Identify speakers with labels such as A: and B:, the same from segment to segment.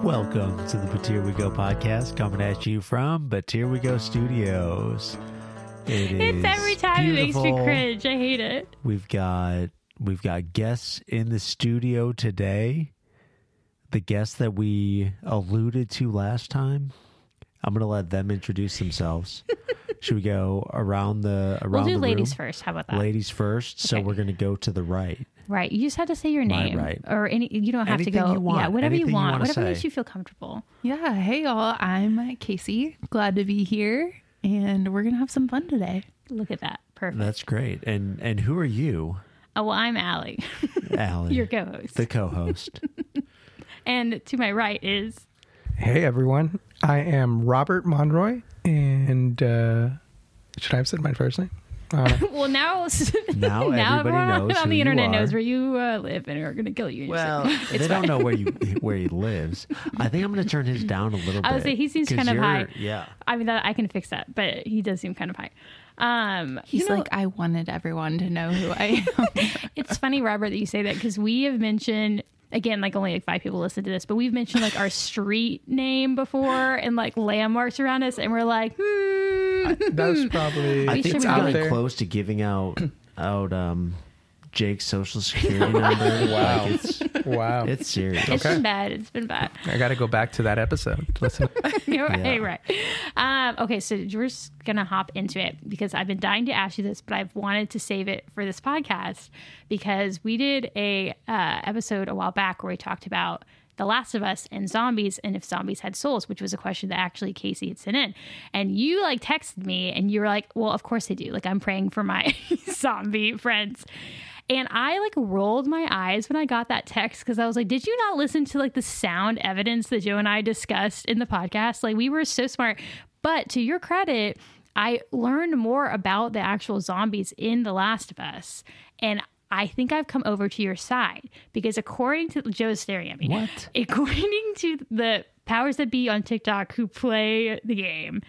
A: Welcome to the But Here We Go podcast, coming at you from But Here We Go Studios. It is
B: It's every time it makes
A: beautiful.
B: me cringe. I hate it.
A: We've got we've got guests in the studio today. The guests that we alluded to last time. I'm gonna let them introduce themselves. Should we go around the
B: We'll
A: around
B: do
A: the
B: ladies
A: room?
B: first. How about that?
A: Ladies first. So
B: Okay.
A: we're gonna go to the right.
B: Right. You just have to say your
A: My
B: name.
A: right.
B: Or any you don't have
A: Anything
B: to go.
A: you want.
B: Yeah, whatever
A: Anything you
B: you want.
A: wanna
B: whatever
A: say.
B: makes you feel comfortable.
C: Yeah, hey y'all, I'm Casey. Glad to be here, and we're gonna have some fun today.
B: Look at that. Perfect.
A: That's great. And and who are you,
B: Oh, well, I'm Allie,
A: Alan?
B: your co-host.
A: the co-host.
B: and to my right is
D: Hey everyone, I am Robert Monroy, and uh, should I have said my first name? Uh,
B: well now
A: Now everybody
B: everyone
A: knows
B: on
A: who
B: the
A: you
B: internet
A: are.
B: knows where you uh, live and are going to kill you. in a second.
A: they don't know where you where he lives. I think I'm going to turn his down a little bit.
B: I would say he seems
A: 'cause
B: kind of
A: you're-
B: high.
A: Yeah.
B: I mean that I can fix that, but he does seem kind of high. Um,
C: He's
B: you know,
C: like, I wanted everyone to know who I am.
B: It's funny, Robert, that you say that because we have mentioned again, like only like five people listen to this, but we've mentioned like our street name before and like landmarks around us, and we're like, hmm.
D: that was probably
A: I
B: We
A: think we've
B: should
D: it's
B: be
D: out
A: gotten
D: there.
A: close to giving out out um, Jake's social security number.
D: Wow.
A: Like it's
D: Wow,
A: it's serious.
B: It's
D: Okay.
B: been bad. It's been bad.
D: I got to go back to that episode. Listen,
B: You're right, right. Um, okay, so we're just gonna hop into it because I've been dying to ask you this, but I've wanted to save it for this podcast because we did a uh, episode a while back where we talked about The Last of Us and zombies and if zombies had souls, which was a question that actually Casey had sent in, and you like texted me and you were like, "Well, of course they do. Like I'm praying for my zombie friends." And I like rolled my eyes when I got that text because I was like, did you not listen to like the sound evidence that Joe and I discussed in the podcast? Like, we were so smart. But to your credit, I learned more about the actual zombies in The Last of Us. And I think I've come over to your side because according to Joe's staring at me,
A: What?
B: according to the powers that be on TikTok who play the game,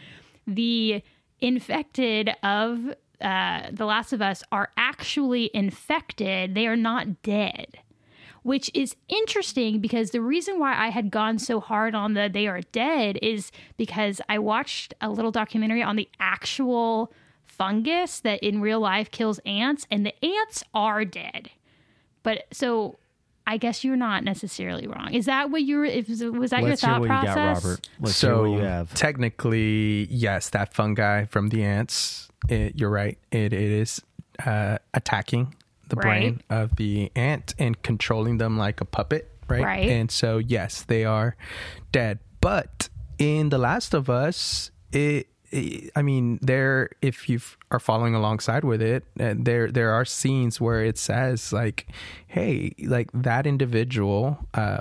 B: the infected of uh, The Last of Us are actually infected. They are not dead, which is interesting because the reason why I had gone so hard on the they are dead is because I watched a little documentary on the actual fungus that in real life kills ants, and the ants are dead. But so. I guess you're not necessarily wrong. Is that what you were? If, was that
A: Let's
B: your
A: hear
B: thought
A: what
B: process?
A: you got, Robert. Let's hear what you
D: so
A: have.
D: technically, yes, that fungi from the ants. It, you're right. It, it is uh, attacking the brain of the ant and controlling them like a puppet, right?
B: Right.
D: And so, yes, they are dead. But in The Last of Us, it. it- I mean, there. If you f- are following alongside with it, uh, there there are scenes where it says like, "Hey, like that individual, uh,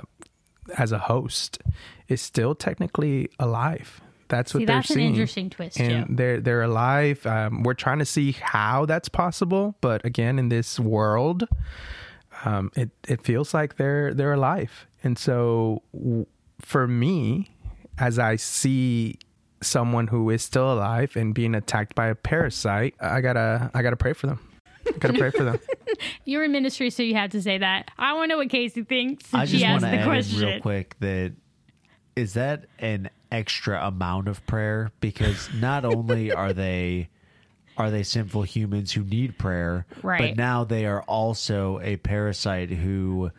D: as a host is still technically alive. That's what
B: See,
D: they're
B: that's an
D: seeing.
B: interesting twist,
D: and
B: Joe.
D: they're they're alive. Um, we're trying to see how that's possible, but again, in this world, um, it it feels like they're they're alive. And so, w- for me, as I see someone who is still alive and being attacked by a parasite, I gotta I gotta pray for them. I gotta pray for them.
B: You're in ministry, so you have to say that. I want to know what Casey thinks.
A: I
B: since
A: just
B: she
A: want
B: asked
A: to add
B: the
A: in
B: question.
A: real quick that is that an extra amount of prayer because not only are they are they sinful humans who need prayer,
B: Right.
A: but now they are also a parasite who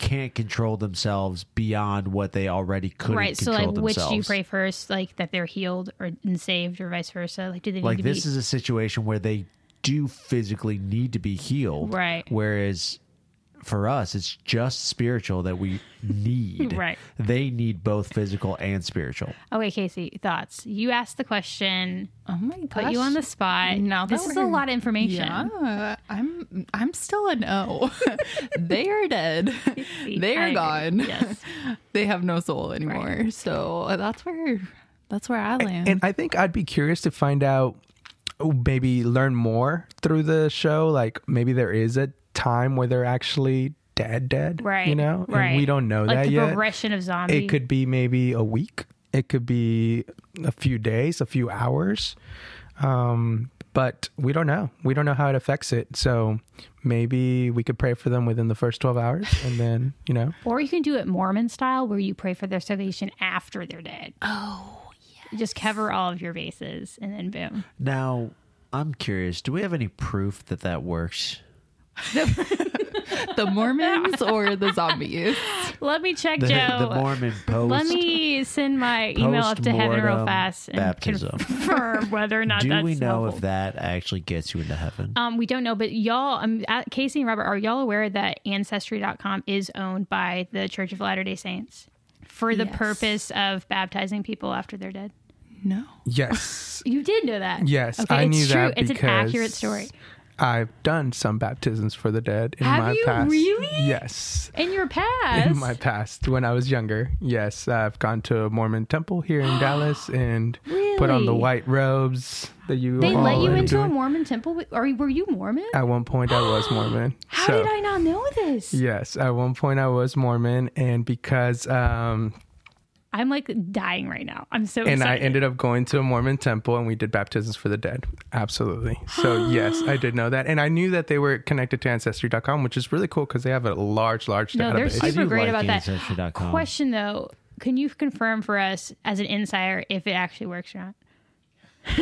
A: can't control themselves beyond what they already could
B: Right. So,
A: control
B: like, which
A: themselves.
B: do you pray first? Like that they're healed or and saved, or vice versa. Like, do they need
A: like
B: to
A: this
B: be?
A: is a situation where they do physically need to be healed
B: Right.
A: whereas for us it's just spiritual that we need
B: Right.
A: they need both physical and spiritual
B: okay, Casey, thoughts. You asked the question.
C: oh my gosh!
B: Put you on the spot.
C: Now
B: this
C: that
B: is a
C: we're-
B: lot of information.
C: Yeah, I'm. I'm still a no. they are dead.
B: See,
C: they
B: I
C: are
B: agree.
C: gone.
B: Yes.
C: they have no soul anymore. So that's where. That's where I land.
D: And I think I'd be curious to find out, oh, maybe learn more through the show. Like maybe there is a time where they're actually dead, dead.
B: Right.
D: You know, And
B: Right.
D: we don't know
B: like
D: that
B: the
D: yet.
B: progression of zombies.
D: It could be maybe a week. It could be a few days, a few hours. Um, but we don't know. We don't know how it affects it. So maybe we could pray for them within the first 12 hours and then, you know,
B: Or you can do it Mormon style where you pray for their salvation after they're dead. Oh, yeah. Just cover all of your bases and then boom.
A: Now, I'm curious. Do we have any proof that that works?
C: The Mormons or the zombies?
B: Let me check,
A: The,
B: Joe.
A: the Mormon post.
B: Let me send my email up to heaven real
A: Postmortem
B: fast and
A: baptism.
B: confirm whether or not
A: Do
B: that's
A: we know
B: helpful.
A: if that actually gets you into heaven?
B: Um, we don't know, but y'all, um, at- Casey and Robert, are y'all aware that Ancestry.com is owned by the Church of Latter day Saints for the
C: Yes.
B: purpose of baptizing people after they're dead?
C: No.
D: yes.
B: You did know that.
D: Yes,
B: Okay,
D: I
B: it's
D: knew
B: true.
D: that
B: It's
D: because
B: an accurate story.
D: I've done some baptisms for the dead in
B: Have
D: my
B: you
D: past.
B: really?
D: Yes.
B: In your past,
D: In my past, when I was younger, yes, I've gone to a Mormon temple here in Dallas and put on the
B: Really?
D: white robes that you.
B: they
D: all
B: let you
D: are
B: into a
D: doing.
B: Mormon temple. Are you, were you Mormon?
D: At one point, I was Mormon.
B: How
D: so.
B: did I not know this?
D: Yes, at one point I was Mormon, and because um,
B: I'm like dying right now. I'm so
D: and I
B: excited.
D: ended up going to a Mormon temple, and we did baptisms for the dead. Absolutely. So yes, I did know that, and I knew that they were connected to Ancestry.com, which is really cool because they have a large, large
B: No, they're
D: database.
A: I
B: super
A: do
B: great
A: like
B: about that.
A: Ancestry.com.
B: Question though, can you confirm for us as an insider if it actually works or not?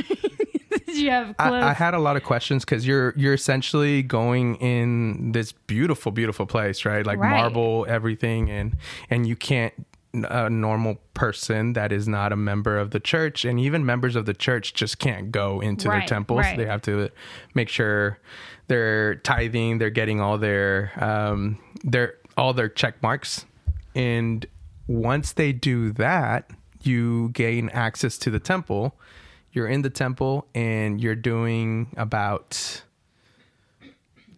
B: Did you have close?
D: I, I had a lot of questions because you're you're essentially going in this beautiful, beautiful place, right? Like
B: Right.
D: marble, everything, and and you can't a normal person that is not a member of the church and even members of the church just can't go into
B: Right,
D: their temples
B: right.
D: they have to make sure they're tithing they're getting all their um their all their check marks and once they do that you gain access to the temple you're in the temple and you're doing about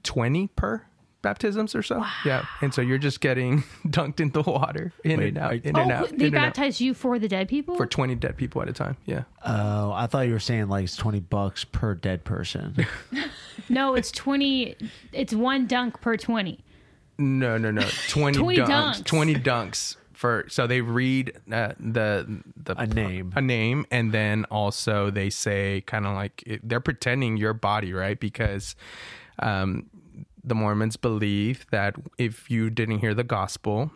D: 20 per baptisms or so yeah and so you're just getting dunked in the water in
A: Wait,
D: and
A: are-
D: out in
B: oh,
D: and out
B: they
D: in and out
B: baptized you for the dead people.
D: for 20 dead people at a time yeah
A: Oh, I thought you were saying like it's 20 bucks per dead person.
B: no, it's twenty. It's one dunk per twenty.
D: No, no, no. 20,
B: 20
D: dunks,
B: dunks.
D: 20 dunks for so they read uh, the the
A: A name.
D: A name and then also they say kind of like it, they're pretending your body, right? Because um the Mormons believe that if you didn't hear the gospel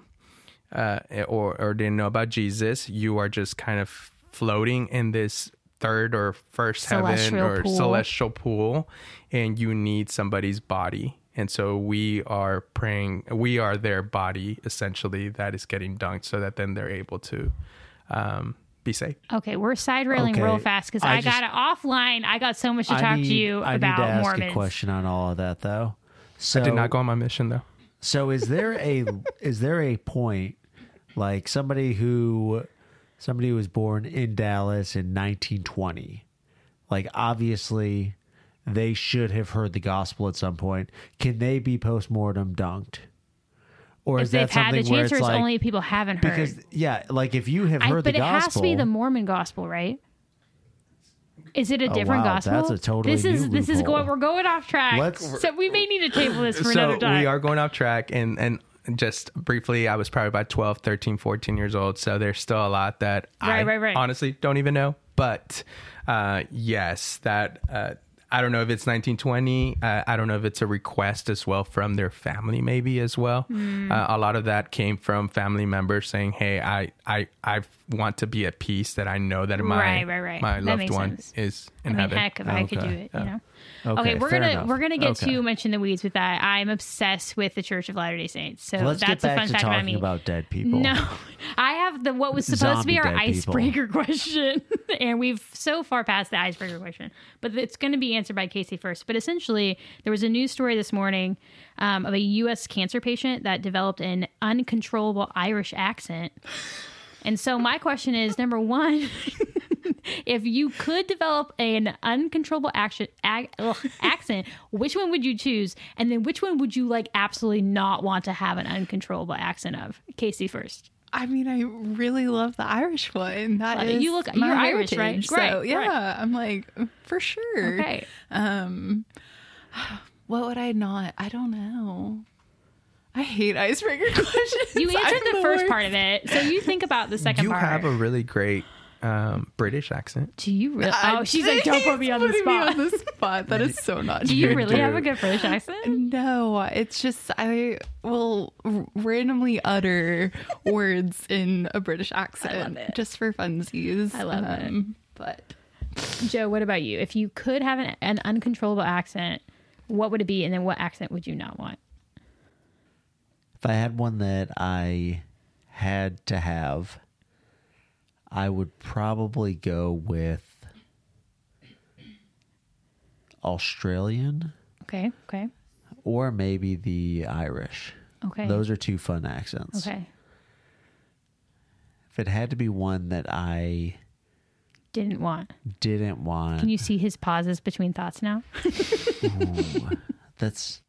D: uh, or or didn't know about Jesus, you are just kind of floating in this third or first
B: Celestial
D: heaven or
B: pool.
D: celestial pool, and you need somebody's body. And so we are praying. We are their body essentially that is getting dunked, so that then they're able to um, be saved.
B: Okay, we're side railing real
A: Okay,
B: fast because I,
A: I
B: got it offline. I got so much to talk
A: need,
B: to you
A: I
B: about
A: need to ask
B: Mormons.
A: a question on all of that though. So
B: Oh.
D: Did not go on my mission though.
A: So is there a is there a point like somebody who somebody who was born in Dallas in 1920 like obviously they should have heard the gospel at some point can they be postmortem dunked or
B: If
A: is that
B: they've had the
A: something where it's
B: chance, or it's
A: like
B: only people haven't heard.
A: because yeah like if you have
B: I-
A: heard
B: but
A: the
B: it
A: gospel
B: has to be the Mormon gospel, right? Is it a different
A: Oh, wow,
B: gospel?
A: that's a totally
B: This is
A: new
B: this is
A: loophole.
B: going. We're going off track.
A: Let's-
B: so we may need to table this for
D: so
B: another time.
D: we are going off track and and just briefly i was probably about 12 13 14 years old so there's still a lot that i
B: Right, right, right.
D: honestly don't even know but uh yes that uh I don't know if it's 1920. Uh, I don't know if it's a request as well from their family, maybe as well.
B: Hmm.
D: Uh, a lot of that came from family members saying, "Hey, I, I, I want to be at peace. That I know that my
B: Right, right, right.
D: my
B: That
D: loved
B: makes
D: one
B: sense.
D: is
B: I
D: in
B: mean,
D: heaven."
B: heck, if I could do
D: Okay.
B: it,
D: Yeah.
B: you know.
A: Okay,
B: Okay, we're
A: fair
B: gonna
A: enough.
B: we're gonna get
D: Okay.
B: too much in the weeds with that. I'm obsessed with the Church of Latter Day Saints, so
A: let's get
B: that's
A: back
B: a fun
A: to
B: fact
A: talking
B: about me.
A: about dead people
B: no, I have the what was supposed to
A: Zombie
B: be our
A: dead people.
B: icebreaker question, and we've so far passed the icebreaker question, but it's going to be answered by Casey first. But essentially, there was a news story this morning um, of a U.S. cancer patient that developed an uncontrollable Irish accent. And so my question is number one, if you could develop an uncontrollable action ac- ugh, accent, which one would you choose? And then which one would you like absolutely not want to have an uncontrollable accent of? Casey first.
C: I mean, I really love the Irish one. That
B: Love
C: is
B: it. You look-
C: my
B: you're Irish, right?
C: heritage. So,
B: Right,
C: yeah,
B: right.
C: I'm like for sure.
B: Okay.
C: Um, what would I not? I don't know. I hate icebreaker questions.
B: You
C: I'm
B: answered the first
C: worst.
B: part of it. So you think about the second
D: you
B: part.
D: have a really great um, British accent.
B: Do you really? Oh, she's like, don't put me on the
C: Putting me on
B: spot.
C: the spot. That is so not
B: Do you
C: true.
B: really have a
D: Dude.
B: good British accent?
C: No, it's just I will r- randomly utter words in a British accent
B: it.
C: just for funsies. Um,
B: I love it.
C: it. But
B: Joe, what about you? If you could have an, an uncontrollable accent, what would it be? And then what accent would you not want?
A: If I had one that I had to have, I would probably go with Australian
B: Okay. Okay.
A: or maybe the Irish.
B: Okay.
A: Those are two fun accents.
B: okay.
A: If it had to be one that I
B: Didn't want.
A: didn't want,
B: Can you see his pauses between thoughts now?
A: that's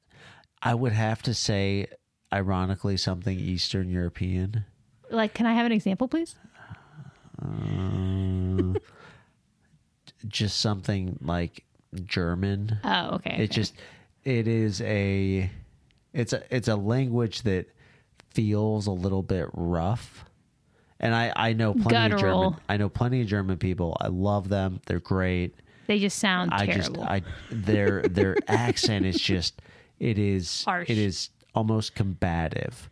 A: I would have to say ironically something Eastern European.
B: Like, can I have an example, please?
A: Uh, just something like German.
B: Oh, okay. okay.
A: It just it is a it's a it's a language that feels a little bit rough. And I I know plenty of
B: Guttural.
A: German I know plenty of German people. I love them. They're great.
B: they just sound
A: I just
B: terrible.
A: I their their accent is just it is
B: Harsh.
A: it is almost combative.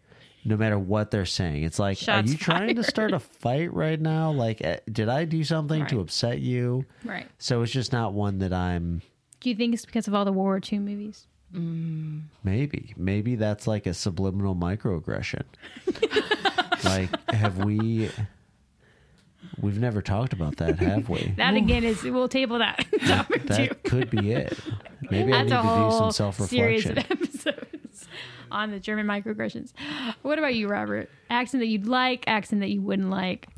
A: No matter what they're saying, it's like,
B: Shots
A: are you trying to start a fight right now? Like, eh, did I do something to
B: Right.
A: upset you?
B: right.
A: So it's just not one that I'm
B: Do you think it's because of all the World War II movies?
A: Maybe. Maybe that's like a subliminal microaggression. like, have we. We've never talked about that, have we?
B: That again is we'll table that topic too.
A: That could be it. Maybe I
B: That's
A: need to
B: a
A: do
B: whole
A: some self
B: series of
A: reflection.
B: episodes on the German microaggressions. What about you, Robert? Accent that you'd like, accent that you wouldn't like.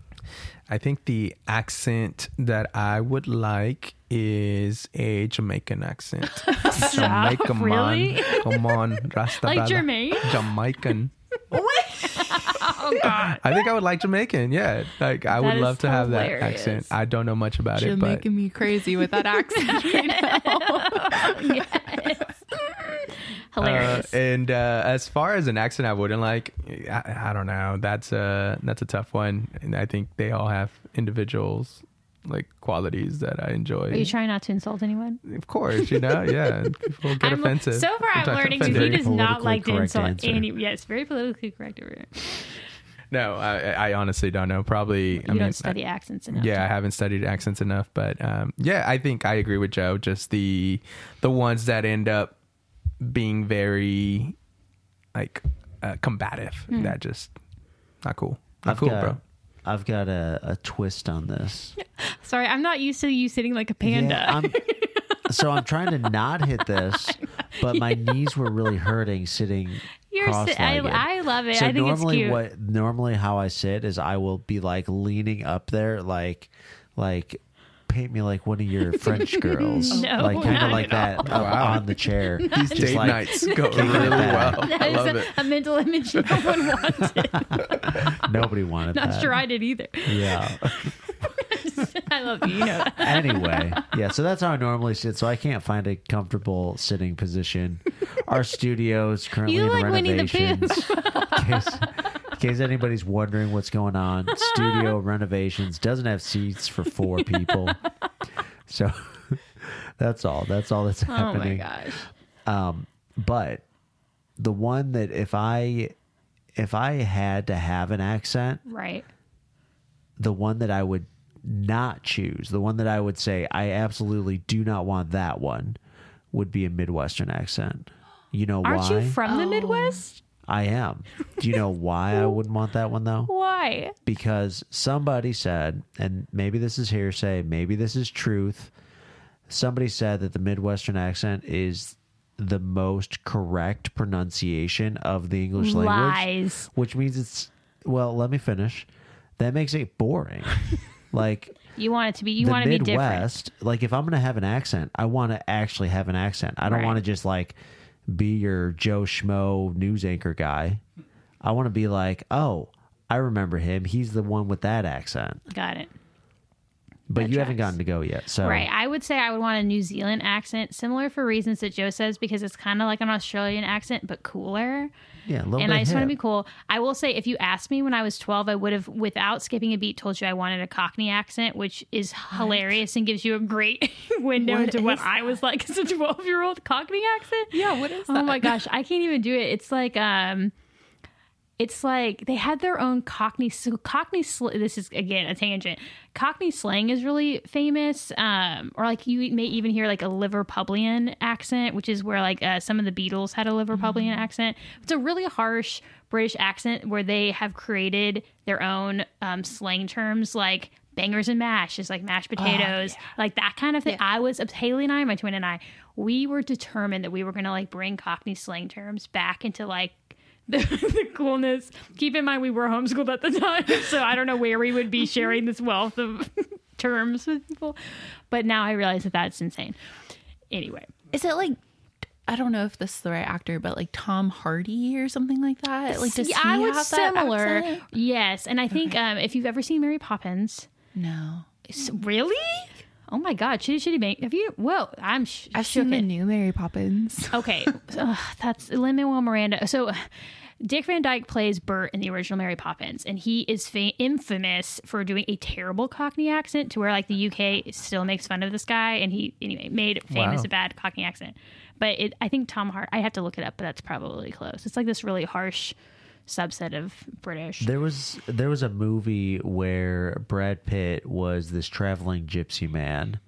D: I think the accent that I would like is a Jamaican accent.
B: Stop,
D: Jamaican
B: really?
D: man. Come on, Rasta
B: Like
D: Bella.
B: Jermaine?
D: Jamaican.
B: Oh God!
D: I think I would like Jamaican. Yeah, like I
B: That
D: would
B: is
D: love to have that
B: hilarious.
D: accent. I don't know much about
C: you're
D: it, but
C: making me crazy with that accent right now.
D: Uh,
B: Hilarious.
D: and uh, as far as an accent, I wouldn't like. I, I don't know. That's a that's a tough one, and I think they all have individuals like qualities that I
A: Uh,
B: Are you
D: enjoy.
B: trying not to insult anyone?
D: of course, you know. Yeah, people get
B: I'm-
D: offensive.
B: So far, I'm
D: Sometimes
B: learning that he
D: offended.
B: does not
A: Politically
B: like to
A: correct
B: insult
A: answer.
B: any. Yes, very politically correct. over here.
D: No, I, I honestly don't know. Probably,
B: You
D: I mean,
B: don't study accents enough.
D: yeah, I haven't studied accents enough, but um, yeah, I think I agree with Joe. Just the the ones that end up being very like uh, combative.
B: Hmm.
D: That just not cool. Not cool,
A: got,
D: bro.
A: I've got a, a twist on this.
B: Sorry, I'm not used to you sitting like a panda.
A: Yeah, I'm,
B: uh,
A: so I'm trying to not hit this, but my knees were really hurting sitting.
B: You're si- I,
A: cross-legged.
B: I love it.
A: So
B: I think it's
A: normally
B: cute.
A: what normally how I sit is I will be like leaning up there like like paint me like one of your French girls.
B: No,
A: like kinda
B: not
A: like that up
D: Wow.
A: on the chair. These
D: Date nights go really well.
B: That
D: I
B: is
D: love
B: a,
D: it.
B: a mental image no one wanted.
A: Nobody wanted
B: Not
A: that.
B: sure I did either.
A: Yeah.
B: I love you. You know that.
A: anyway, yeah, so that's how I normally sit. So I can't find a comfortable sitting position. Our studio is currently
B: You
A: in
B: like Winnie the Pooh.
A: renovations. in, case, in case anybody's wondering what's going on, studio renovations doesn't have seats for four people. So that's all. That's all that's
B: Oh my
A: happening.
B: gosh.
A: Um, but the one that if I if I had to have an accent,
B: Right.
A: the one that I would not choose, the one that I would say I absolutely do not want that one would be a Midwestern accent. You know
B: Aren't
A: why?
B: you from the
C: Oh.
B: Midwest?
A: I am. Do you know why I wouldn't want that one though?
B: Why?
A: Because somebody said, and maybe this is hearsay, maybe this is truth. Somebody said that the Midwestern accent is the most correct pronunciation of the English language
B: Lies.
A: which means it's well let me finish that makes it boring like
B: You want it to be. You
A: the
B: want to be different.
A: midwest like if i'm gonna have an accent i want to actually have an accent i don't
B: Right.
A: want to just like be your joe schmo news anchor guy i want to be like oh i remember him he's the one with that accent
B: Got it.
A: but
B: That
A: you haven't
B: tracks.
A: gotten to go yet. So
B: Right. I would say I would want a New Zealand accent, similar for reasons that Joe says, because it's kind of like an Australian accent, but cooler.
A: yeah, a little
B: And
A: bit
B: I just want to be
A: hip.
B: cool. I will say, if you asked me when I was 12, I would have, without skipping a beat, told you I wanted a Cockney accent, which is hilarious and gives you a great window
C: What
B: into what
C: is
B: I was like as a 12 year old Cockney accent.
C: Yeah, what is
B: Oh
C: that?
B: my gosh, I can't even do it. It's like um it's like they had their own Cockney so Cockney sl- this is again a tangent. Cockney slang is really famous um or like you may even hear like a Liverpudlian accent, which is where like uh, some of the Beatles had a Liverpudlian accent. It's a really harsh British accent where they have created their own um slang terms like bangers and mash is like mashed potatoes like that kind of thing i was uh, haley and i my twin and i we were determined that we were going to like bring cockney slang terms back into like the, the coolness keep in mind we were homeschooled at the time so i don't know where we would be sharing this wealth of terms with people but now i realize that that's insane anyway
C: Is it like I don't know if this is the right actor, but like Tom Hardy or something like that? Like does
B: See,
C: he
B: I was
C: have
B: similar
C: that accent?
B: yes and i think um, if you've ever seen mary poppins
C: No,
B: s- really oh my god shitty shitty bang have you whoa i'm sh-
C: I've
B: shook
C: seen
B: it.
C: the new Mary Poppins.
B: Okay, Ugh, that's Lin Manuel Miranda. So, Dick Van Dyke plays Bert in the original Mary Poppins, and he is fa- infamous for doing a terrible Cockney accent, to where like the UK still makes fun of this guy, and he anyway made famous
D: Wow.
B: a bad Cockney accent. But it, I think Tom Hart. I have to look it up, but that's probably close. It's like this really harsh subset of British.
A: There was there was a movie where Brad Pitt was this traveling gypsy man.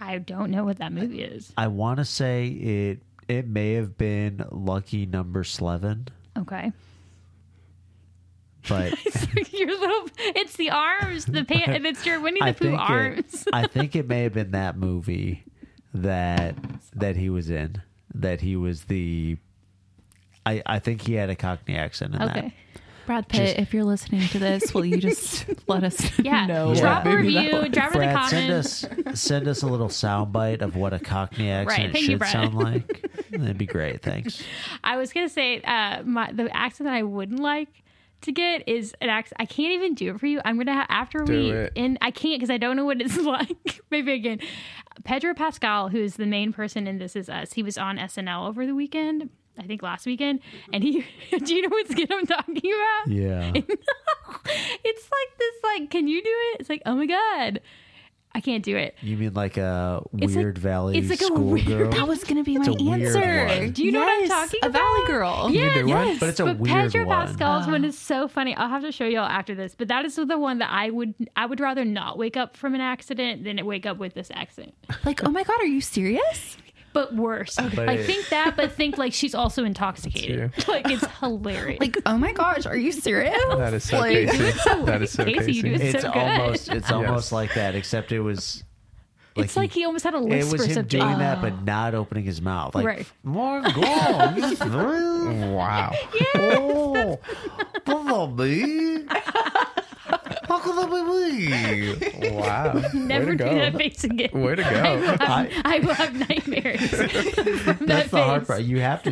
B: I don't know what that movie is.
A: I want to say it it may have been Lucky Number Eleven,
B: Okay,
A: but
B: your little. It's the arms, the pant. It's your Winnie
A: I
B: the Pooh
A: think
B: arms.
A: it, I think it may have been that movie that that he was in that he was the. I, I think he had a Cockney accent in
B: okay.
A: that.
C: Brad Pitt, if you're listening to this, will you just let us
B: Yeah.
C: know?
B: Drop
C: what
B: a
C: movie that
B: review.
C: was?
B: Drop it in the
A: Brad, send
B: comments.
A: us send us a little soundbite of what a Cockney accent
B: thank you,
A: should
B: Brad.
A: sound like. That'd be great. Thanks.
B: I was gonna say uh, my, the accent that I wouldn't like to get is an accent. I can't even do it for you. I'm gonna have, after we
D: it.
B: and I can't because I don't know what it's like. Maybe again, Pedro Pascal, who is the main person in This Is Us, he was on SNL over the weekend. I think last weekend, and he. do you know what skit I'm talking about?
A: Yeah.
B: It's like this. Like, can you do it? It's like, oh my god, I can't do it.
A: You mean like a
B: It's like-
A: weird valley
B: it's like a
A: school
B: weird-
A: girl?
C: That was gonna be
A: It's
C: my
A: a weird
C: answer.
A: one.
B: Do you know what I'm
C: Yes,
B: talking
C: A Valley
B: about?
C: Girl.
B: Yeah,
D: do one?
A: But it's a
B: but
A: weird
B: Pedro
A: one.
B: Pascal's
D: Oh.
B: one is so funny. I'll have to show y'all after this, but that is the one that I would I would rather not wake up from an accident than wake up with this accent.
C: Like, oh my god, are you serious?
B: But worse, like think that, but think like she's also intoxicated. Like it's hilarious.
C: Like, oh my gosh, are you serious?
D: That is so
C: Like,
D: Casey. That is so
B: Casey, you do
D: Casey.
B: it.
A: it's
B: so good.
A: almost it's almost like that, except it was like
B: it's like he almost had a
A: it
B: lisp
A: was
B: or
A: him
B: something. Oh.
A: doing that but not opening his mouth. Like
B: Right.
A: more goals.
D: Wow.
A: oh, Bumblebee. Huckleberry.
D: Wow.
B: Never
D: Way to
B: do
D: go.
B: that face again.
D: Way to
B: I will
D: go.
B: have, I will have nightmares from
A: That's
B: that
A: the hard
B: face.
A: part. You have to.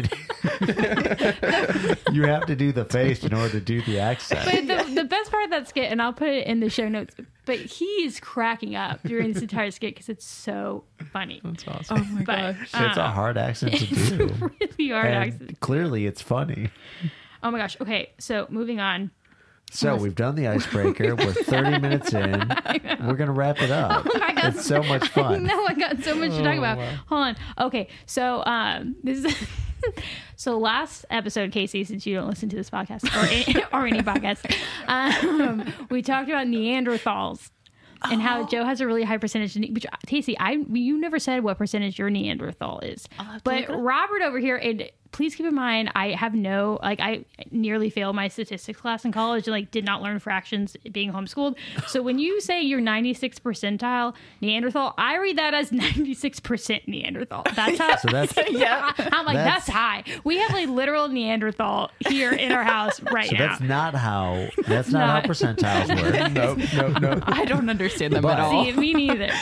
A: you have to do the face in order to do the accent.
B: But the, the best part of that skit, and I'll put it in the show notes, but he is cracking up during this entire skit because it's so funny.
D: That's awesome.
C: oh my
B: But uh,
A: it's a hard accent to do.
B: really hard accent.
A: And clearly, it's funny.
B: Oh my gosh. Okay, so moving on.
A: So we've done the icebreaker. We're 30 minutes in. We're gonna wrap it up.
B: I got
A: it's so much fun.
B: Oh No, I got so much to talk about. Hold on. Okay, so um, this is. So last episode, Casey, since you don't listen to this podcast or any, or any podcast, um, we talked about Neanderthals and how Joe has a really high percentage. Of, Ne- which Casey, I you never said what percentage your Neanderthal is,
C: have to
B: but
C: look it up.
B: Robert over here and. Please keep in mind, I have no like I nearly failed my statistics class in college and like did not learn fractions being homeschooled. So when you say you're 96 percentile Neanderthal, I read that as 96 percent Neanderthal. That's how
A: So that's
B: yeah. I'm like,
A: That's-
B: that's, high. We have a literal Neanderthal here in our house right
A: so
B: now.
A: that's not how. That's not how percentiles work.
D: Nope, nope, nope.
C: I don't understand them
A: But-
C: at all.
B: See, me neither.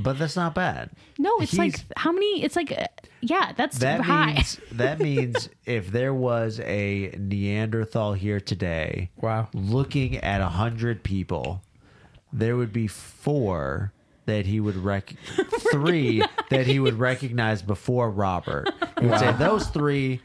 A: But that's not bad.
B: No, it's like
A: He's-
B: how many? It's like, uh, yeah, that's
A: That
B: high.
A: means that means if there was a Neanderthal here today,
D: Wow.
A: looking at a hundred people, there would be four that he would rec- three that he would recognize before Robert. He would say those three.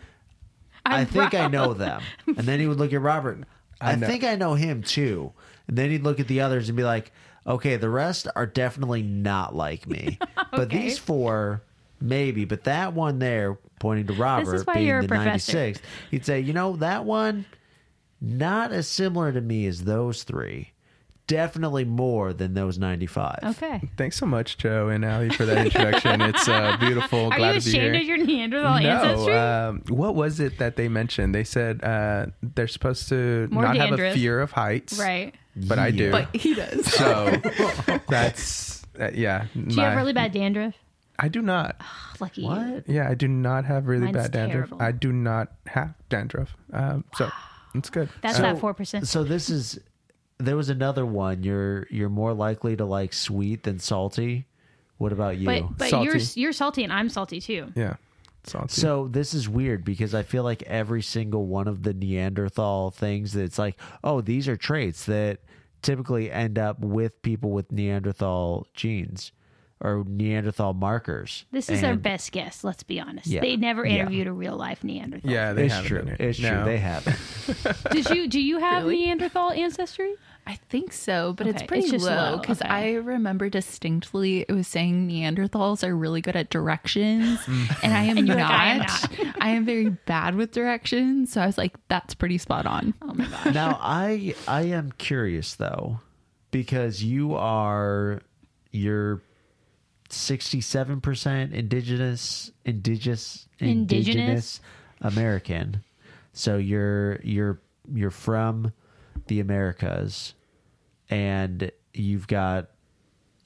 A: i
B: I'm
A: think I know them, and then he would look at Robert. I,
D: know.
A: think I know him too, and then he'd look at the others and be like, "Okay, the rest are definitely not like me, but
B: Okay.
A: these four maybe, but that one there." Pointing to Robert
B: why
A: being
B: you're a
A: the
B: professor.
A: 96th, he'd say, "You know that one." not as similar to me as those three. Definitely more than those 95.
B: Okay.
D: Thanks so much, Joe and Ali, for that introduction. it's uh, beautiful.
B: Are
D: Glad
B: you
D: to be
B: ashamed
D: here.
B: of your Neanderthal
D: no,
B: ancestry?
A: uh,
D: um, what was it that they mentioned? They said uh, they're supposed to
B: More
D: not have a
B: dandruff.
D: fear of heights,
B: right.
D: But I do.
C: But he does.
D: So that's uh, yeah.
B: Do you have really bad dandruff?
D: I do not.
B: Oh, lucky you.
A: What?
D: Yeah, I do not have really
B: Mine's
D: bad dandruff.
B: terrible.
D: I do not have dandruff. Um, So it's good.
B: That's
D: Uh,
B: that four percent.
A: So this is there was another one. You're you're more likely to like sweet than salty. What about you?
B: But but
D: Salty.
B: you're you're salty and I'm salty too.
D: yeah. Salty.
A: so this is weird because I feel like every single one of the Neanderthal things that's like, oh, these are traits that typically end up with people with Neanderthal genes or Neanderthal markers.
B: This is our
A: And
B: best guess. Let's be honest.
A: Yeah.
B: They never
A: Yeah.
B: interviewed a real life Neanderthal.
D: yeah, they
A: It's
D: haven't
A: true.
D: done it.
A: It's
D: No.
A: true. They haven't.
B: Did you do you have Neanderthal ancestry?
C: I think so, but
B: Okay,
C: it's
B: it's
C: pretty
B: just
C: low
B: low,
C: because
B: okay.
C: I remember distinctly it was saying Neanderthals are really good at directions, and I am
B: you're
C: not.
B: like, I am
C: I am very bad with directions, so I was like, that's pretty spot on.
B: Oh my gosh.
A: now i i am curious though because you are you're 67% indigenous indigenous
B: Indigenous?
A: indigenous american so you're you're you're from the americas and you've got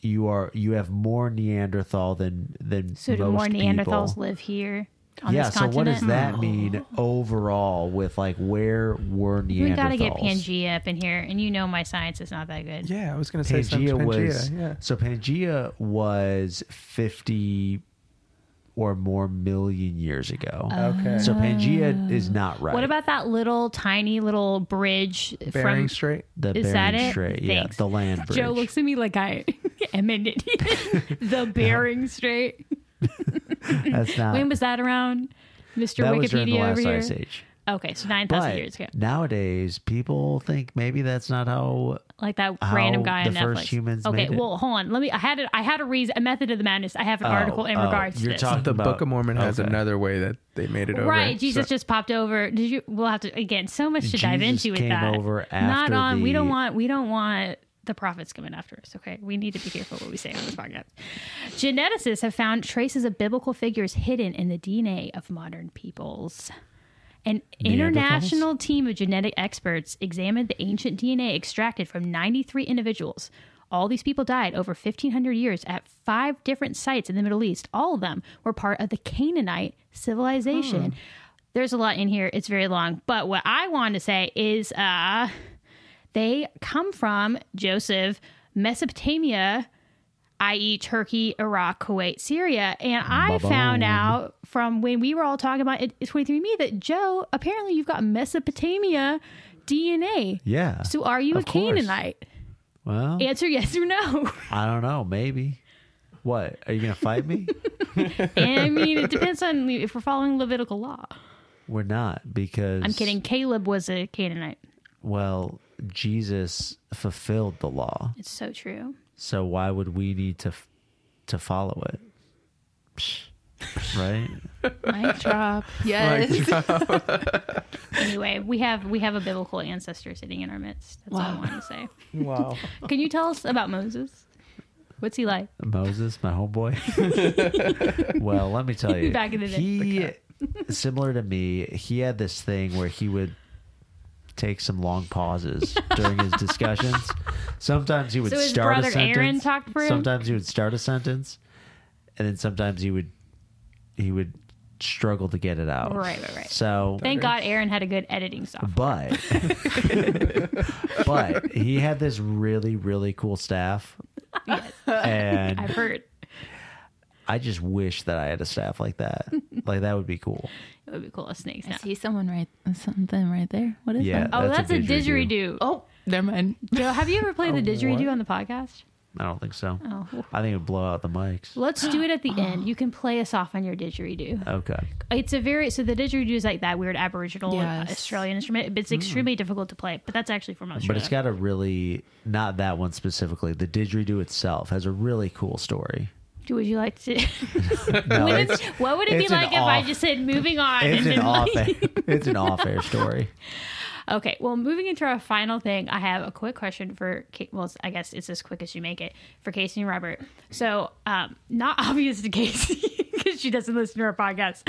A: you are you have more neanderthal than than
B: So
A: most
B: do more Neanderthals
A: people
B: live here on
A: yeah
B: this
A: so what
B: continent?
A: does that mean overall with like where were neanderthals
B: We gotta get Pangea up in here, and you know my science is not that good.
D: Yeah, I was gonna say something.
A: Pangea, was
D: yeah.
A: so Pangea was fifty or more million years ago.
D: Okay.
A: So Pangea is not right.
B: Oh. What about that little tiny little bridge
D: Bering
B: from?
D: Strait.
A: the
B: is
A: Bering
B: that it?
A: Strait? Yeah,
B: Thanks.
A: the land bridge.
B: Joe looks at me like I am an idiot. the Bering Strait.
A: That's not.
B: When was that around, Mister
A: Uh, that
B: Wikipedia
A: was during the
B: over
A: last
B: here?
A: ice age.
B: Okay, so nine
A: But
B: thousand years ago,
A: nowadays, people think maybe that's not how.
B: like that
A: how
B: random guy on
A: the
B: Netflix.
A: first humans
B: okay,
A: made it.
B: well, hold on. Let me. I had it. I had a reason. A method of the madness. I have an article in
A: oh,
B: regards to
A: you're
B: this.
A: talking
D: The
A: about-
D: Book of Mormon has
A: okay.
D: another way that they made it over.
B: Right, Jesus
D: So-
B: just popped over. Did you? We'll have to again. So much to dive
A: Jesus
B: into with
A: came
B: that.
A: over
B: Not
A: after
B: on. We don't
A: the-
B: want. We don't want the prophets coming after us. Okay, we need to be careful what we say on this podcast. Geneticists have found traces of biblical figures hidden in the DNA of modern peoples. An international team of genetic experts examined the ancient DNA extracted from 93 individuals. All these people died over 1,500 years at five different sites in the Middle East. All of them were part of the Canaanite civilization. There's a lot in here. It's very long. But what I want to say is uh, they come from Joseph, Mesopotamia, i.e., Turkey, Iraq, Kuwait, Syria. And I found out from when we were all talking about it, it's 23andMe that Joe, apparently you've got Mesopotamia DNA.
A: Yeah.
B: So are you a
A: Of course.
B: Canaanite?
A: well,
B: Answer yes or no.
A: I don't know. Maybe. What are you gonna fight me?
B: and I mean, it depends on if we're following Levitical law.
A: We're not because
B: I'm kidding. Caleb was a Canaanite.
A: Well, Jesus fulfilled the law.
B: It's so true.
A: So why would we need to f- to follow it? Right?
B: Mic
C: Drop. Yes.
B: anyway, we have we have a biblical ancestor sitting in our midst. That's all I
C: Wow.
B: wanted to say.
D: wow.
B: Can you tell us about Moses? What's he like?
A: Moses, my homeboy. well, let me tell you.
B: Back in the day.
A: He similar to me, he had this thing where he would take some long pauses during his discussions. Sometimes he would
B: So his
A: start a
B: brother Aaron
A: sentence.
B: talked for him?
A: Sometimes he would start a sentence and then sometimes he would he would struggle to get it out.
B: Right, right, right.
A: So
B: Thank God Aaron had a good editing software.
A: but but he had this really really cool staff and
B: I've heard
A: i just wish that i had a staff like that like that would be cool
B: it would be cool if snakes.
C: I
B: now.
C: see someone right something right there. What is
A: yeah
C: that?
B: Oh, that's, a didgeridoo.
C: Oh, Never mind.
B: Joe, have you ever played
A: Oh,
B: the didgeridoo
D: what?
B: on the podcast?
A: I don't think so.
B: Oh.
A: I think it would blow out the mics.
B: Let's do it at the end. You can play us off on your didgeridoo.
A: Okay.
B: It's a very so the didgeridoo is like that weird Aboriginal uh,
C: Yes.
B: Australian instrument, but it's extremely difficult to play. But that's actually from Australia.
A: Hmm. But it's got a really, not that one specifically, the didgeridoo itself has a really cool story.
B: Would you like to?
A: No,
B: Would it-
A: it's,
B: what would it be
A: it's an
B: like if I
A: off-
B: just said moving on?
A: it's
B: and
A: an
B: then
A: off air, it's an off air story.
B: Okay, well, moving into our final thing, I have a quick question for Kate. Well, I guess it's as quick as you make it for Casey and Robert. So, um, not obvious to Casey because she doesn't listen to our podcast,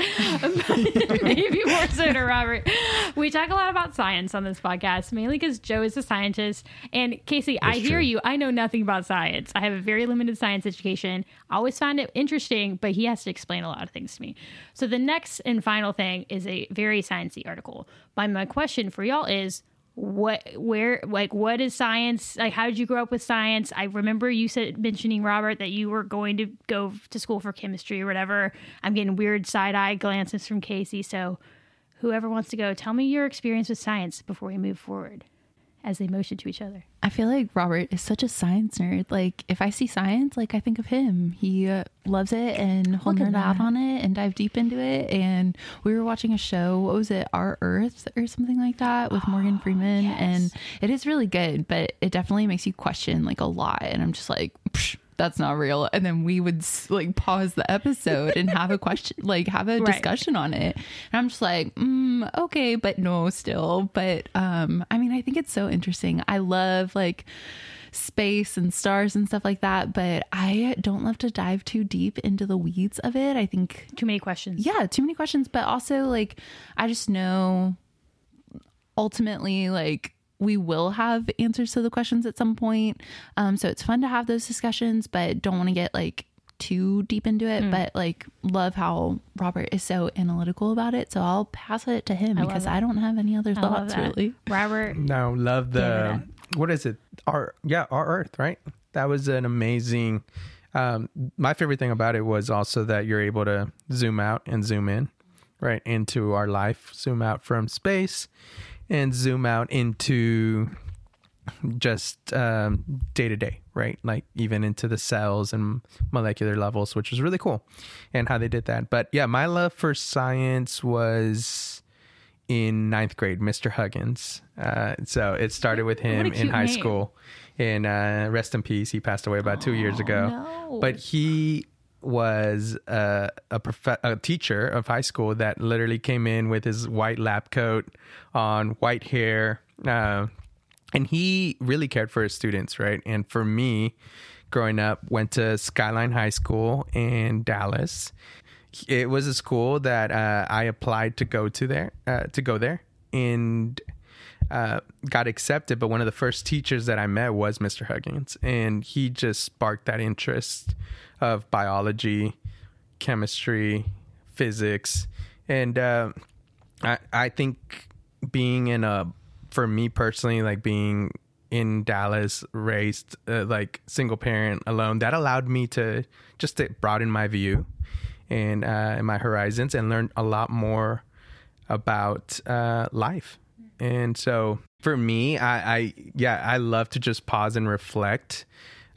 B: but maybe more so to Robert. We talk a lot about science on this podcast, mainly because Joe is a scientist. And Casey, I
A: That's
B: hear
A: true.
B: you. I know nothing about science. I have a very limited science education. I always find it interesting, but he has to explain a lot of things to me. So the next and final thing is a very sciencey article. But my question for y'all is what where like what is science like how did you grow up with science i remember you said mentioning robert that you were going to go to school for chemistry or whatever i'm getting weird side-eye glances from casey so whoever wants to go tell me your experience with science before we move forward as they motion to each other
C: I feel like Robert is such a science nerd. Like, if I see science, like I think of him. He uh, loves it and he'll
B: Look at
C: nerd out
B: that.
C: on it and dive deep into it. And we were watching a show. What was it? Our Earth or something like that with
B: Ah,
C: Morgan Freeman. And it is really good, but it definitely makes you question like a lot. And I'm just like. Psh, that's not real and then we would s- like pause the episode and have a question like have a
B: Right.
C: discussion on it and i'm just like mm, okay but no still but um i mean i think it's so interesting i love like space and stars and stuff like that but i don't love to dive too deep into the weeds of it i think
B: too many questions
C: yeah too many questions but also like i just know ultimately like we will have answers to the questions at some point um so it's fun to have those discussions but don't want to get like too deep into it
B: Mm.
C: but like love how robert is so analytical about it so i'll pass it to him
B: I love
C: because
B: it.
C: i don't have any other
B: I love
C: thoughts
B: that.
C: really
B: robert
D: No, love
B: Yeah,
D: the what is it? Our yeah, our Earth, right? That was an amazing. Um, my favorite thing about it was also that you're able to zoom out and zoom in, right into our life. Zoom out from space, and zoom out into just um, day to day, right? Like even into the cells and molecular levels, which was really cool, and how they did that. But yeah, my love for science was in ninth grade, Mr. Huggins. Uh, so it started with him in
B: cute
D: high
B: name.
D: school. And uh, rest in peace, he passed away about two
B: Oh,
D: years ago. But he was uh, a prof- a teacher of high school that literally came in with his white lab coat on, white hair. Uh, and he really cared for his students, right? And for me, growing up, went to Skyline High School in Dallas. It was a school that uh, I applied to go to there, uh, to go there, and uh, got accepted. But one of the first teachers that I met was Mr. Huggins, and he just sparked that interest of biology, chemistry, physics, and. Uh, I I think being in a for me personally, like being in Dallas, raised uh, like single parent alone, that allowed me to just to broaden my view and uh, and my horizons and learn a lot more about uh, life. And so for me, I, I yeah, I love to just pause and reflect.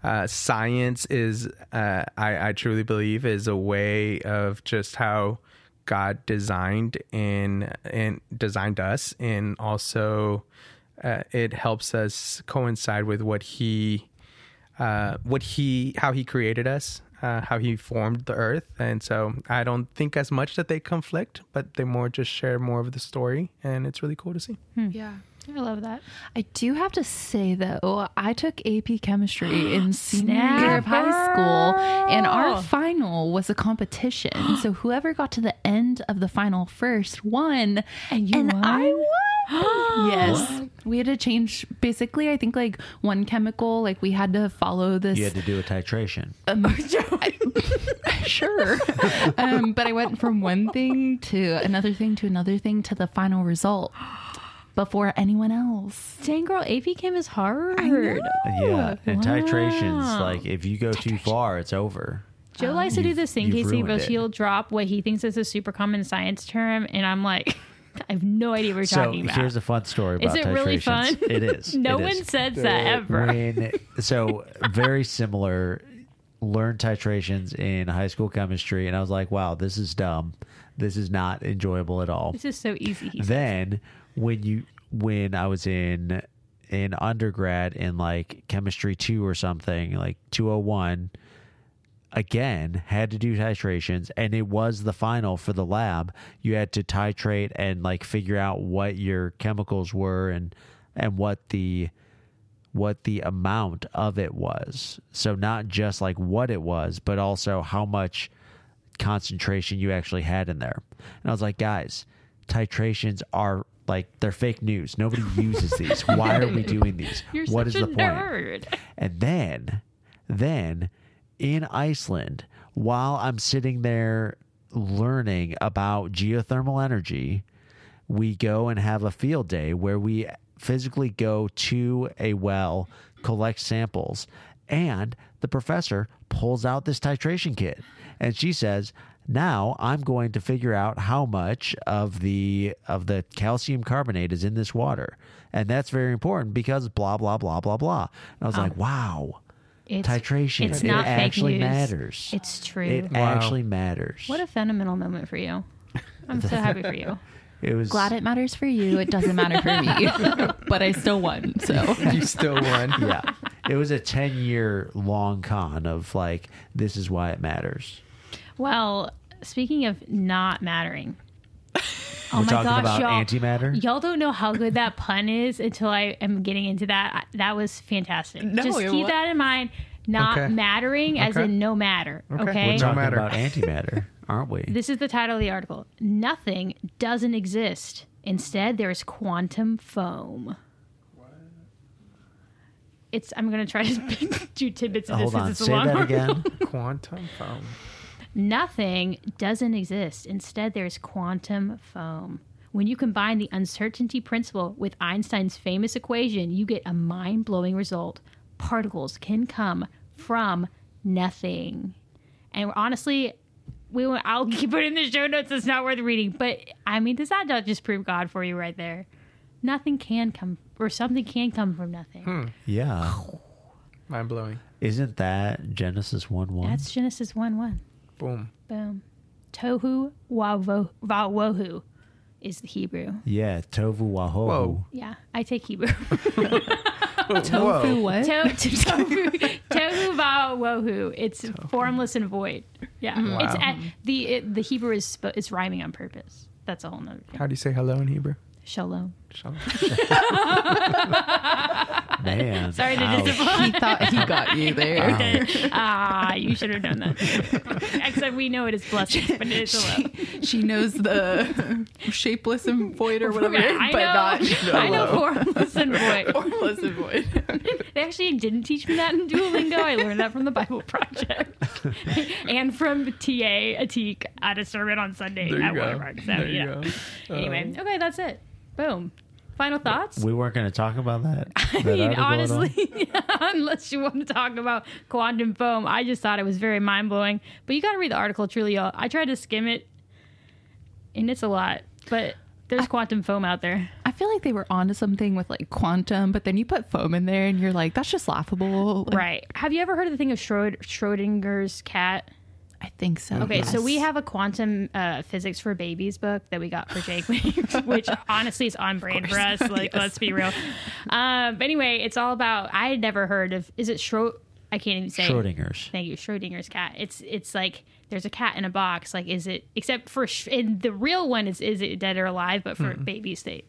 D: Uh, science is, uh, I, I truly believe, is a way of just how God designed and and designed us, and also uh, it helps us coincide with what He uh, what he how he created us uh, how he formed the earth and so i don't think as much that they conflict but they more just share more of the story and it's really cool to see
B: Mm.
C: yeah
B: i love that
C: I do have to say though, I took AP Chemistry in senior year of high school, and our final was a competition. so whoever got to the end of the final first won,
B: And you won?
C: I won. yes, we had to change. Basically, I think like one chemical, like we had to follow this
A: You had to do a titration.
C: sure. um, but I went from one thing to another thing to another thing to the final result before anyone else.
B: dang girl ap chem is hard
A: yeah. And titrations, like if you go too far, it's over.
B: Joe likes to do this thing,
A: you've
B: Casey,
A: ruined
B: where
A: it.
B: she'll drop what he thinks is a super common science term, and I'm like, I have no idea what you're
A: So
B: talking about.
A: here's a fun story
B: Is
A: about
B: it really
A: titrations.
B: fun?
A: It is.
B: no
A: It
B: one
A: is.
B: says that ever.
A: when so very similar learned titrations in high school chemistry and i was like wow this is dumb this is not enjoyable at all
B: this is so easy. he said.
A: then when you when i was in in undergrad in like chemistry 2 or something like 201 again had to do titrations and it was the final for the lab you had to titrate and like figure out what your chemicals were and and what the what the amount of it was so not just like what it was but also how much concentration you actually had in there and i was like guys titrations are like they're fake news nobody uses these why are we doing these
B: You're
A: What is
B: such a
A: the point
B: nerd.
A: and then, then in Iceland, while I'm sitting there learning about geothermal energy, we go and have a field day where we physically go to a well, collect samples, and the professor pulls out this titration kit. And she says, now I'm going to figure out how much of the of the calcium carbonate is in this water. And that's very important because blah blah blah blah blah. And I was
B: Um,
A: like, wow.
B: It's,
A: Titration.
B: It's
A: it
B: not fake
A: actually
B: news.
A: matters.
B: It's true.
A: it actually matters.
B: what a fundamental moment for you. I'm so happy for you.
A: it was
C: Glad it matters for you. It doesn't matter for me, but I still won. So
D: you still won.
A: yeah. It was a 10 year long con of like, this is why it matters.
B: Well, speaking of not mattering. Oh
A: We're
B: my
A: talking
B: gosh,
A: about
B: y'all.
A: antimatter.
B: Y'all don't know how good that pun is until I am getting into that. I- That was fantastic.
C: No,
B: Just
C: it
B: keep
C: wa-
B: that in mind. Not
D: Okay.
B: mattering as
D: Okay.
B: in no matter. Okay.
A: We're
D: No
A: talking
D: matter.
A: about antimatter, aren't we?
B: This is the title of the article. Nothing doesn't exist. Instead, there is quantum foam. It's. I'm gonna try to pick two tidbits of this
A: Hold
B: because
A: on.
B: it's a
A: Say
B: long
A: that
B: one.
A: again.
D: Quantum foam.
B: Nothing doesn't exist. Instead, there's quantum foam. When you combine the uncertainty principle with Einstein's famous equation, you get a mind blowing result. Particles can come from nothing. And honestly, we will, I'll keep it in the show notes. It's not worth reading. But I mean, does that not just prove God for you right there? Nothing can come, or something can come from nothing.
A: Yeah.
D: Mind blowing.
A: Isn't that Genesis 1 1?
B: That's Genesis 1 1.
D: Boom.
B: Boom. Um, Tohu wavo- vawohu is the Hebrew.
A: yeah. Tovu Wahohu.
D: Whoa.
B: Yeah, I take Hebrew.
C: tofu. What?
B: to- to- tohu tohu vawohu. It's formless and void. Yeah, it's
D: Wow.
B: a- the it, the Hebrew is sp- it's rhyming on purpose. That's a whole nother thing.
D: How do you say hello in Hebrew?
B: Shalom.
D: Shalom.
A: Man.
B: Sorry to
A: Ouch.
B: disappoint.
C: he thought he got you there.
B: Ah, you should have known that. Except we know it is blessings, but it is shalom.
C: She knows the shapeless and void or whatever,
B: I
C: but not
B: know, I know formless and void.
C: formless and void.
B: They actually didn't teach me that in Duolingo. I learned that from the Bible Project and from TA Atik at a sermon on Sunday
D: There you
B: at
D: go.
B: Watermark. So,
D: There you
B: yeah.
D: go.
B: Anyway, okay, that's it. Boom. Final thoughts?
A: We weren't going to talk about that.
B: I mean, honestly, unless you want to talk about quantum foam, I just thought it was very mind blowing. But you got to read the article, truly. Y'all. I tried to skim it, and it's a lot, but there's quantum foam out there.
C: I feel like they were onto something with like quantum, but then you put foam in there and you're like, that's just laughable. Like,
B: Right. Have you ever heard of the thing of Schrod- Schrodinger's cat?
C: I think so.
B: Okay, so
C: yes.
B: we have a quantum uh, physics for babies book that we got for Jake, which honestly is on brand for us. Like, let's be real. Um, but anyway, it's all about. I had never heard of. Is it Schro? I can't even say. it.
A: Schrodinger's.
B: Thank you, Schrodinger's cat. It's it's like there's a cat in a box. Like, is it except for sh- in the real one is is it dead or alive? But for babies, they.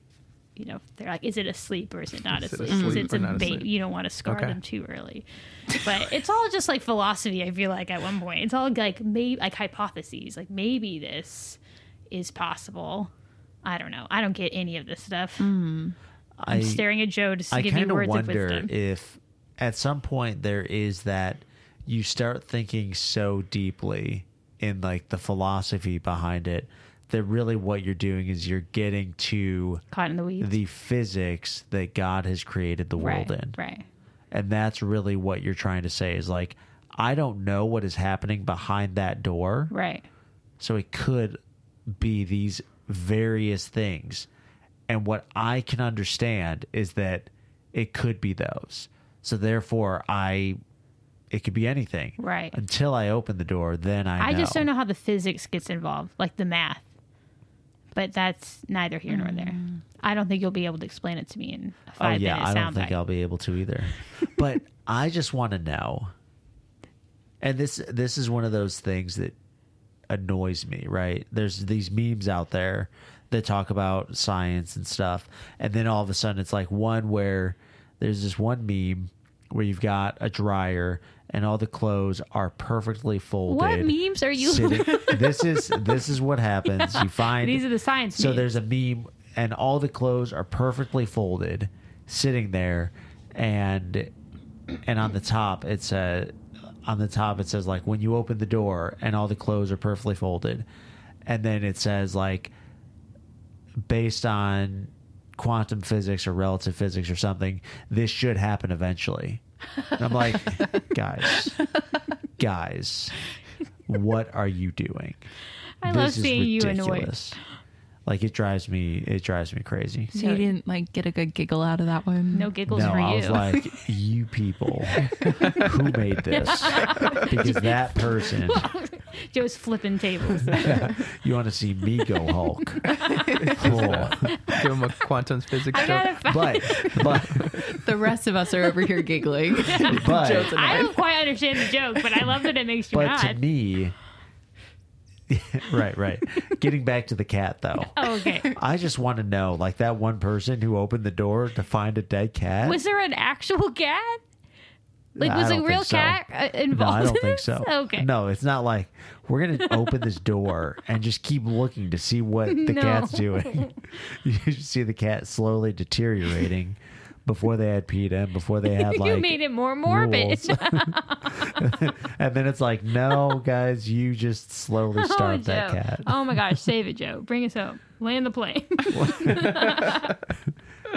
B: You know, they're like, is it asleep or is it not
D: Is it
B: asleep? Because
D: asleep
B: it's
D: or
B: a
D: not
B: baby.
D: asleep?
B: You don't want to scar
D: Okay.
B: them too early but it's all just like philosophy i feel like at one point it's all like maybe like hypotheses like maybe this is possible i don't know i don't get any of this stuff
A: I,
B: i'm staring at joe just to
A: I
B: give you
A: kind of
B: words of
A: wonder
B: wisdom
A: if at some point there is that you start thinking so deeply in like the philosophy behind it that really what you're doing is you're getting to
B: caught in the weeds
A: the physics that God has created the
B: right
A: world in.
B: right
A: And that's really what you're trying to say is like, I don't know what is happening behind that door.
B: right
A: So it could be these various things. And what I can understand is that it could be those. So therefore, I it could be anything.
B: Right.
A: Until I open the door, then I.
B: I just don't know how the physics gets involved, like the math. But that's neither here nor there. I don't think you'll be able to explain it to me in a
A: Mm. Oh
B: five
A: yeah,
B: minute
A: I don't think
B: soundbite.
A: I'll be able to either. but I just want to know. And this this is one of those things that annoys me, right? There's these memes out there that talk about science and stuff, and then all of a sudden it's like one where there's this one meme where you've got a dryer and all the clothes are perfectly folded.
B: What memes are you-
A: sitting- this is this is what happens. You find
B: These are the science
A: So
B: memes.
A: there's a meme, and all the clothes are perfectly folded, sitting there, and and on the top it says on the top it says like when you open the door and all the clothes are perfectly folded, and then it says like based on quantum physics or relative physics or something, this should happen eventually. And I'm like, guys, guys, what are you doing?
B: I love seeing you annoyed.
A: Like it drives me, it drives me crazy.
C: So you didn't like get a good giggle out of that one.
B: No giggles
A: no,
B: for
A: I
B: you.
A: was like, you people, who made this? Because that person,
B: Joe's flipping tables.
A: you want to see me go Hulk? Cool.
D: Give him a quantum physics
B: I
D: joke.
B: gotta find.
A: But, but,
C: The rest of us are over here giggling.
A: but,
B: I don't quite understand the joke, but I love that it makes you
A: But to
B: mad.
A: me, right, right. Getting back to the cat though,
B: oh, okay.
A: I just want to know, like that one person who opened the door to find a dead cat.
B: Was there an actual cat? Like,
A: I
B: was a
A: don't
B: real
A: think so.
B: cat uh,
A: no,
B: involved?
A: I don't
B: in
A: think
B: this?
A: so.
B: Okay.
A: No, it's not like we're gonna open this door and just keep looking to see what the
B: No.
A: cat's doing. you should see the cat slowly deteriorating before they had PETA and before they had like
B: you made it more morbid.
A: rules. and then it's like, no, guys, you just slowly
B: oh,
A: starve that
B: Joe.
A: cat.
B: oh my gosh, save it, Joe. Bring us home. Land the plane.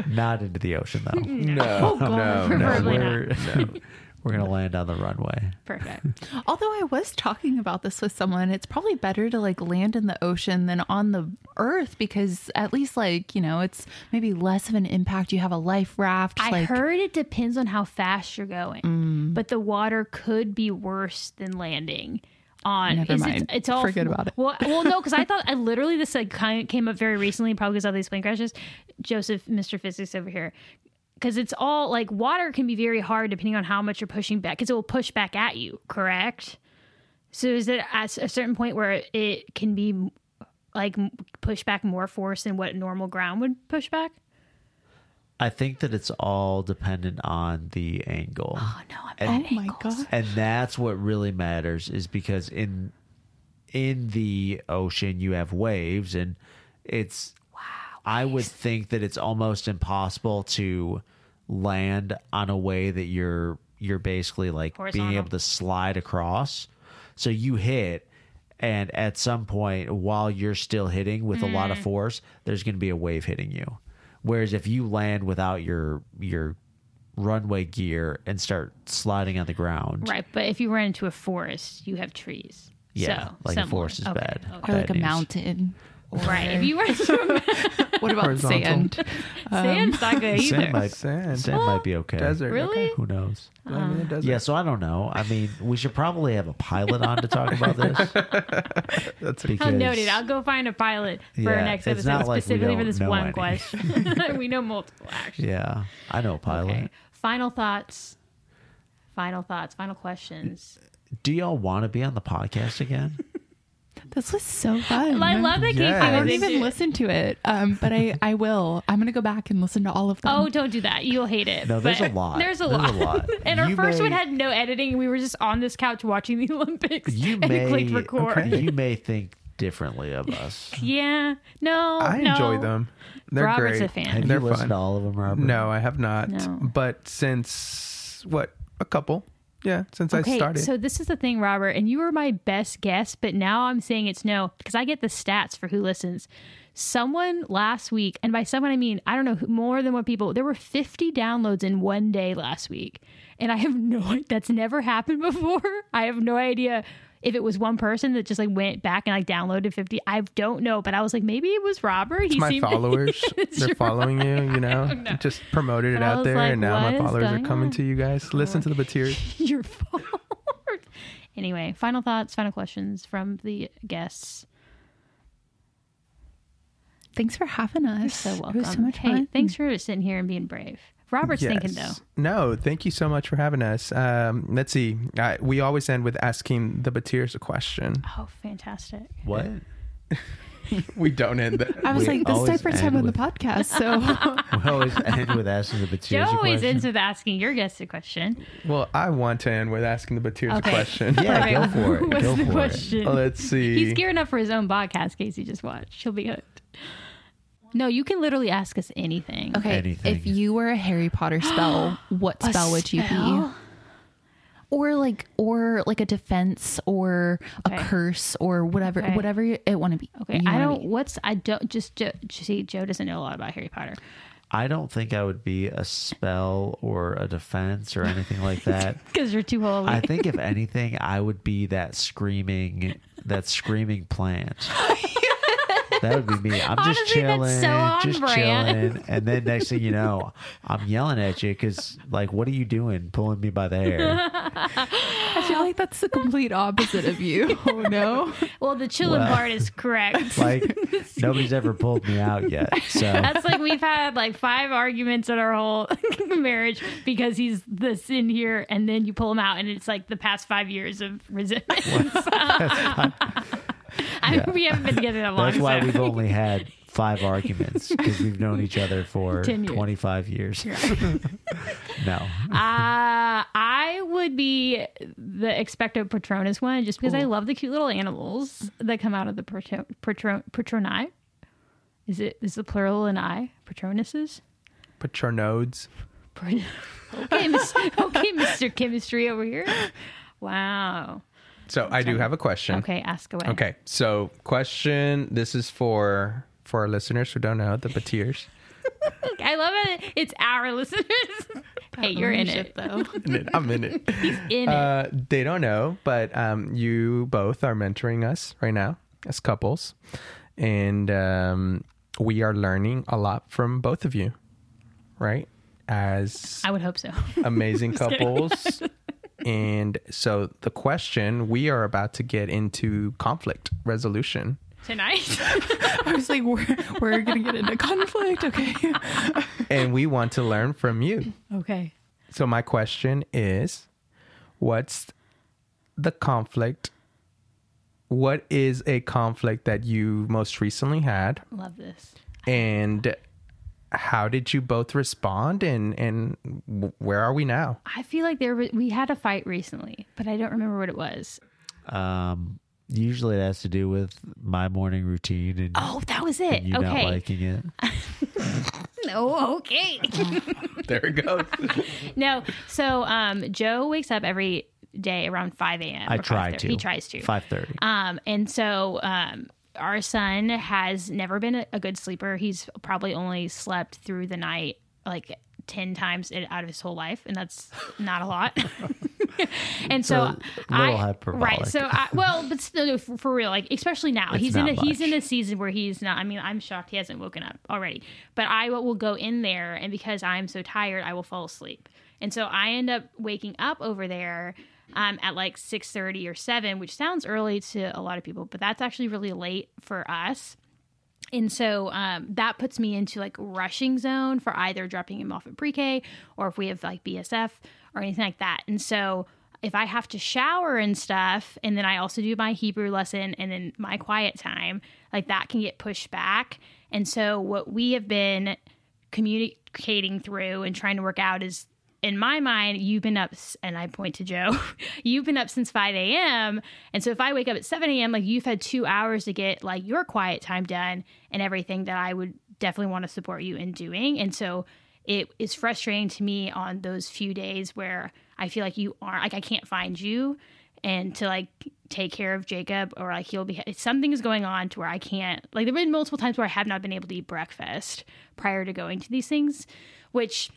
A: Not into the ocean though.
D: no,
C: God,
D: no, no.
B: preferably not.
A: Oh, we're, we're gonna land on the runway.
B: Perfect.
C: Although I was talking about this with someone, it's probably better to like land in the ocean than on the earth because at least like, you know, it's maybe less of an impact. You have a life raft.
B: I
C: like, Mm.
B: heard it depends on how fast you're going, but the water could be worse than landing. On
C: Never
B: is it-
C: mind.
B: it's all
C: Forget about it.
B: Well, well, no, because I thought I literally this like kind of came up very recently, probably because all these plane crashes. Joseph, Mister Physics over here, because it's all like water can be very hard depending on how much you're pushing back, because it will push back at you. Correct. So is it at a certain point where it can be like m- push back more force than what normal ground would push back?
A: I think that it's all dependent on the angle.
B: Oh no, I'm
C: Oh
B: bad at
C: my
B: angles.
C: god.
A: and that's what really matters is because in in the ocean you have waves and it's wow i would think that it's almost impossible to land on a way that you're you're basically like being
B: Horizontal.
A: able to slide across so you hit and at some point while you're still hitting with a
B: Mm.
A: lot of force there's going to be a wave hitting you whereas if you land without your your runway gear and start sliding on the ground
B: Right, but if you run into a forest, you have trees.
A: Yeah,
B: so,
A: like
B: somewhere.
A: a forest is
B: Okay,
A: bad.
B: okay.
C: Or like
A: Bad
C: a
A: news.
C: mountain.
B: Right, if you run into
C: What about
D: Horizontal.
C: sand?
B: a sand's not good either.
A: Sand might,
D: Sand.
A: sand might be okay.
D: Desert.
B: Really?
D: Okay.
A: Who knows?
D: I mean, it doesn't-
A: Yeah, so I don't know. I mean, we should probably have a pilot on to talk about this.
D: That's a-
A: because,
B: I'll note it. I'll go find a pilot for our
A: Yeah,
B: next
A: it's
B: episode
A: not like we
B: specifically for
A: don't
B: this
A: know
B: one
A: any.
B: question. we know multiple actually.
A: Yeah, I know a pilot.
B: Okay. Final thoughts. Final thoughts. Final questions.
A: Do y'all want to be on the podcast again?
C: This was so fun.
B: I love that Kate
C: I
B: was
C: haven't
D: Yes.
B: into
C: even listened to it, um, but I, I will. I'm going to go back and listen to all of them.
B: Oh, don't do that. You'll hate it.
A: No, there's
B: But
A: a lot.
B: There's a
A: There's
B: lot.
A: a lot.
B: and our
A: You
B: first one
A: may-
B: had no editing. We were just on this couch watching the Olympics
A: You
B: and
A: may
B: clicked record.
A: okay, you may think differently of us.
B: Yeah. No.
D: I
B: no.
D: enjoy them. They're
B: Robert's
D: great.
B: a fan.
A: Have
D: They're
A: you listened
D: fun.
A: to all of them, Robert?
D: No, I have not.
B: No.
D: But since what a couple, yeah, since I
B: Okay,
D: started.
B: so this is the thing, Robert, and you were my best guess, but now I'm saying it's no because I get the stats for who listens. Someone last week, and by someone I mean I don't know who- more than one people. There were 50 downloads in one day last week, and I have no that's never happened before. I have no idea if it was one person that just like went back and like downloaded 50 i don't know but i was like maybe it was robert he
D: It's my
B: seemed-
D: followers.
B: It's
D: They're
B: your-
D: following you, you know? Just promoted it
B: I
D: out
B: was
D: there,
B: like,
D: and now
B: what
D: my
B: is
D: followers are
B: going
D: coming
B: on? Oh,
D: to you guys. Listen to the material.
B: your followers anyway final thoughts final questions from the guests
C: Thanks for having us.
B: so welcome
C: It was so much
B: hey
C: fun.
B: thanks for sitting here and being brave robert's thinking though
D: Yes. No, thank you so much for having us. Um, let's see. I, we always end with asking the Batirs a question.
B: oh fantastic
A: What?
D: We don't end that.
C: I was
A: We
C: like, this is my
A: always
C: first
A: end
C: time on the
A: with-
C: podcast, so
A: We always end with asking the Batista
B: joe always
A: question.
B: ends with asking your guests a question
D: Well, I want to end with asking the Batirs
B: Okay.
D: a question.
A: Yeah, go
B: Alright,
A: for it. Oh,
B: what's
A: Go
B: the
A: for it.
B: question
D: let's see.
B: He's gearing up for his own podcast, Casey. Just watch. He'll be hooked. No, you can literally ask us anything.
C: Okay.
A: Anything.
C: If you were a Harry Potter spell, what
B: A
C: spell, would you be?
B: spell?
C: Or like or like a defense or
B: Okay.
C: a curse or whatever
B: Okay.
C: whatever it want to be.
B: Okay.
C: you
B: I
C: wanna
B: don't,
C: be.
B: what's, I don't, just, Joe, see, Joe doesn't know a lot about Harry Potter.
A: I don't think I would be a spell or a defense or anything like that.
B: Because you're too holy.
A: I think if anything, I would be that screaming that screaming plant. That would be me. I'm just
B: Honestly,
A: chilling,
B: that's so on
A: just
B: brand.
A: chilling, and then next thing you know, I'm yelling at you because, like, what are you doing, pulling me by the hair?
C: I feel like that's the complete opposite of you. oh no.
B: well, the chilling
A: Well.
B: part is correct.
A: Like, nobody's ever pulled me out yet. So,
B: That's like we've had like five arguments in our whole marriage because he's this in here, and then you pull him out, and it's like the past five years of resentment. I mean, we haven't been together that long.
A: That's why
B: so-
A: we've only had five arguments because we've known each other for
B: 10 years.
A: 25 years. no.
B: Uh, I would be the Expecto Patronus one just because I love the cute little animals that come out of the patron, patron, patroni. Is it is the plural an I? Patronuses?
D: Patronodes.
B: Pat- okay, mis- okay, Mr. Chemistry over here. Wow.
D: So I do have a question.
B: Okay, ask away.
D: Okay. So question. This is for for our listeners who don't know the Batirs.
B: I love it. It's our listeners. hey, you're in it.
C: though.
D: In it. I'm in it.
B: In it.
D: Uh, they don't know, but um, you both are mentoring us right now as couples, and um, we are learning a lot from both of you, right? As
B: I would hope so.
D: amazing couples. and so the question we are about to get into conflict resolution.
B: Tonight.
C: I was like, we're we're gonna get into conflict. Okay.
D: and we want to learn from you.
B: okay.
D: So my question is what's the conflict? What is a conflict that you most recently had
B: Love this.
D: and how did you both respond and and w- where are we now?
B: I feel like there was, we had a fight recently, but I don't remember what it was.
A: Um, usually it has to do with my morning routine and
B: Oh, that was it.
A: you not
B: okay.
A: liking it.
B: no, okay.
D: There it goes.
B: no. So um Joe wakes up every day around five AM.
A: I
B: or
A: try
B: 5:30.
A: to.
B: He tries to.
A: 5.30.
B: Um and so um our son has never been a- a good sleeper. He's probably only slept through the night like ten times in- out of his whole life, and that's not a lot. and so,
A: a little
B: I
A: hyperbolic.
B: right. So I, well, but still, no, for, for real, like especially now,
A: It's
B: he's in a,
A: not
B: he's in
A: much.
B: a season where he's not. I mean, I'm shocked he hasn't woken up already. But I will go in there, and because I'm so tired, I will fall asleep, and so I end up waking up over there. Um, at like 6.30 or 7 which sounds early to a lot of people but that's actually really late for us and so um, that puts me into like rushing zone for either dropping him off at pre-K or if we have like BSF or anything like that. And so if I have to shower and stuff, and then I also do my Hebrew lesson and then my quiet time, like that can get pushed back. And so what we have been communicating through and trying to work out is in my mind, you've been up, s- and I point to Joe, you've been up since 5 a.m. And so if I wake up at 7 a.m., like you've had two hours to get like your quiet time done and everything that I would definitely want to support you in doing. And so it is frustrating to me on those few days where I feel like you aren't, like I can't find you and to like take care of Jacob or like he'll be something is going on to where I can't like there've been multiple times where I have not been able to eat breakfast prior to going to these things which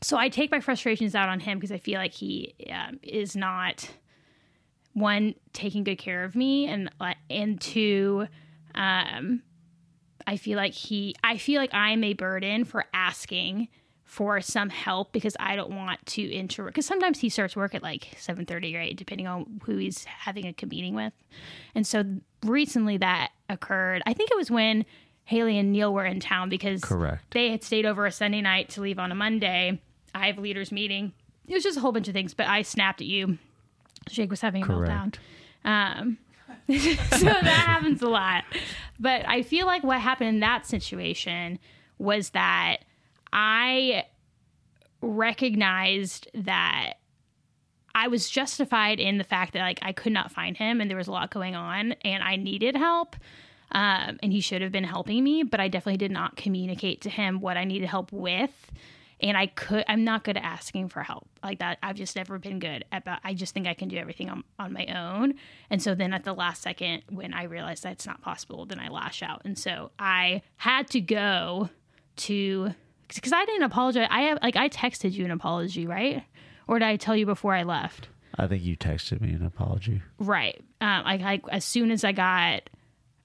B: so I take my frustrations out on him because I feel like he um, is not one taking good care of me and uh, and two um i feel like he i feel like i'm a burden for asking for some help because i don't want to interrupt because sometimes he starts work at like 7.30 or 8 depending on who he's having a meeting with and so recently that occurred i think it was when haley and neil were in town because
A: Correct.
B: they had stayed over a sunday night to leave on a monday i have a leaders meeting it was just a whole bunch of things but i snapped at you Jake was having a meltdown.
A: Correct.
B: Um, so that happens a lot. But I feel like what happened in that situation was that I recognized that I was justified in the fact that like I could not find him and there was a lot going on and I needed help. Um, and he should have been helping me, but I definitely did not communicate to him what I needed help with. And I could, I'm not good at asking for help like that. I've just never been good at, but I just think I can do everything on, on my own. And so then at the last second, when I realized that's not possible, then I lash out. And so I had to go to, because I didn't apologize. I have, like, I texted you an apology, right? Or did I tell you before I left?
A: I think you texted me an apology.
B: Right. Um, I, I as soon as I got,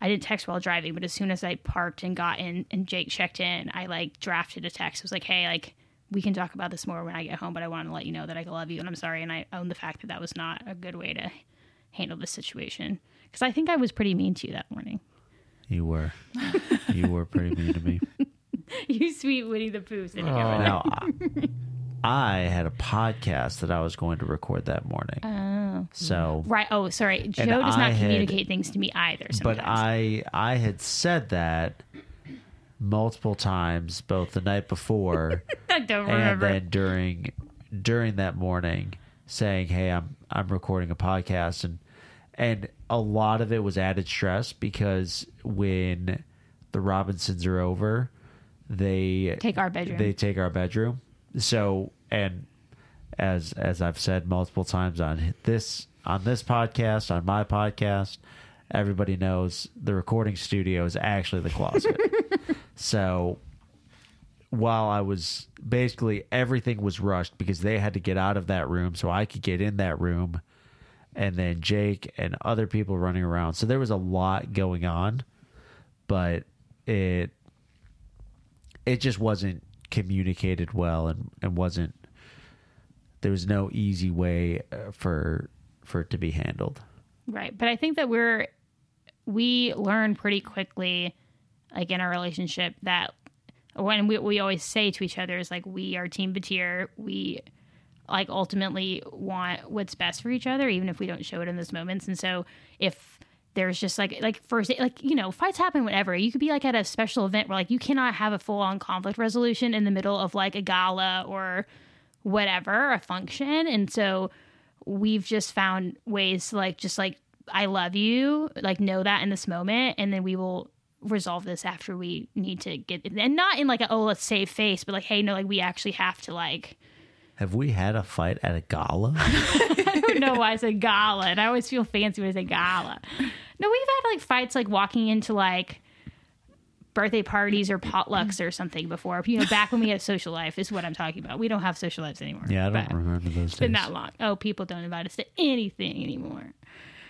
B: I didn't text while driving, but as soon as I parked and got in, and Jake checked in, I like drafted a text. It was like, hey, like we can talk about this more when I get home, but I want to let you know that I love you and I'm sorry, and I own the fact that that was not a good way to handle this situation because I think I was pretty mean to you that morning.
A: You were. you were pretty mean to me.
B: you sweet Winnie the Pooh sitting over there.
A: Now, I, I had a podcast that I was going to record that morning. Oh. So
B: Right. Oh, sorry. Joe
A: And
B: does
A: I
B: not
A: had-
B: communicate things to me either. Sometimes.
A: but I I had said that multiple times, both the night before
B: I don't
A: and
B: remember.
A: then during during that morning, saying, "Hey, I'm I'm recording a podcast," and and a lot of it was added stress because when the Robinsons are over, they
B: Take our bedroom.
A: They take our bedroom. So and as as I've said multiple times on this on this podcast, on my podcast, everybody knows the recording studio is actually the closet. so while I was basically everything was rushed because they had to get out of that room so I could get in that room and then Jake and other people running around. So there was a lot going on, but it it just wasn't communicated well and, and wasn't there was no easy way uh, for for it to be handled.
B: Right. But I think that we're, we learn pretty quickly, like in our relationship, that when we, we always say to each other is like, we are team Batir. We like ultimately want what's best for each other, even if we don't show it in those moments. And so if there's just like, like first, like, you know, fights happen whenever you could be like at a special event where like you cannot have a full on conflict resolution in the middle of like a gala or whatever, a function. And so, we've just found ways to like just like I love you, like know that in this moment, and then we will resolve this after we need to get and not in like a oh let's save face, but like hey no like we actually have to like
A: Have we had a fight at a gala?
B: I don't know why I said gala and I always feel fancy when I say gala. No, we've had like fights like walking into like birthday parties or potlucks or something before. You know, back when we had a social life is what I'm talking about. We don't have social lives anymore.
A: yeah, I don't
B: but-
A: remember those
B: it's been
A: days.
B: that long. Oh, people don't invite us to anything anymore.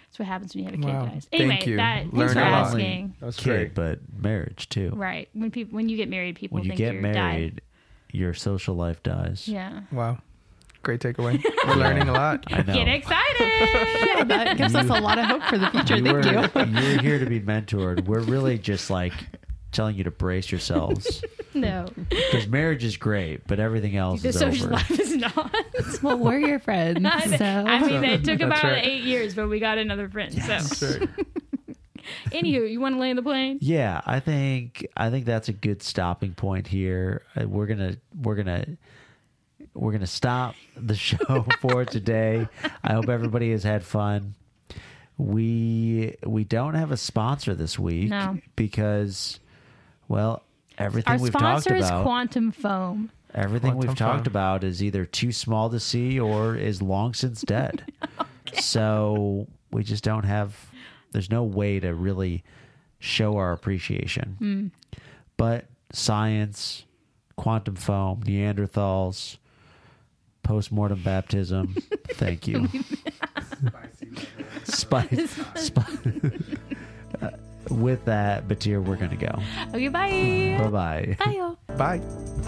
B: That's what happens when you have a kid,
D: Wow.
B: guys.
D: Thank
B: Anyway,
D: you.
B: that
D: Learn
B: thanks for
D: a lot.
B: asking.
D: That's
A: Kid, but marriage too.
B: Right. When people when you get married, people
A: When you
B: think
A: get
B: you're
A: married, your social life dies.
B: Died. Yeah.
D: Wow. Great takeaway. We're learning a lot.
A: I know.
B: Get excited.
C: that gives us a lot of hope for the future.
A: You were,
C: Thank you.
A: are here to be mentored. We're really just like telling you to brace yourselves
B: no.
A: because marriage is great, but everything else
B: The
A: is
B: social
A: over.
B: life is not.
C: Well, we're your friends. So
B: I mean, it took
D: That's
B: about
D: right.
B: eight years, but we got another friend. So,
D: Sure.
B: anywho, you want to land the plane?
A: Yeah, I think I think that's a good stopping point here. Uh, We're gonna we're gonna we're gonna stop the show for today. I hope everybody has had fun. We we don't have a sponsor this week
B: No.
A: because well everything
B: Our
A: we've talked
B: sponsor is
A: about
B: Quantum Foam.
A: everything
D: Quantum
A: we've talked
D: Foam.
A: about is either too small to see or is long since dead. So we just don't have there's no way to really show our appreciation.
D: Hmm.
A: But science, quantum foam, Neanderthals, postmortem baptism, thank you. Spice. Uh, With that, Batir, we're going to go.
B: Okay, bye.
A: Bye bye.
B: Bye, y'all.
D: Bye.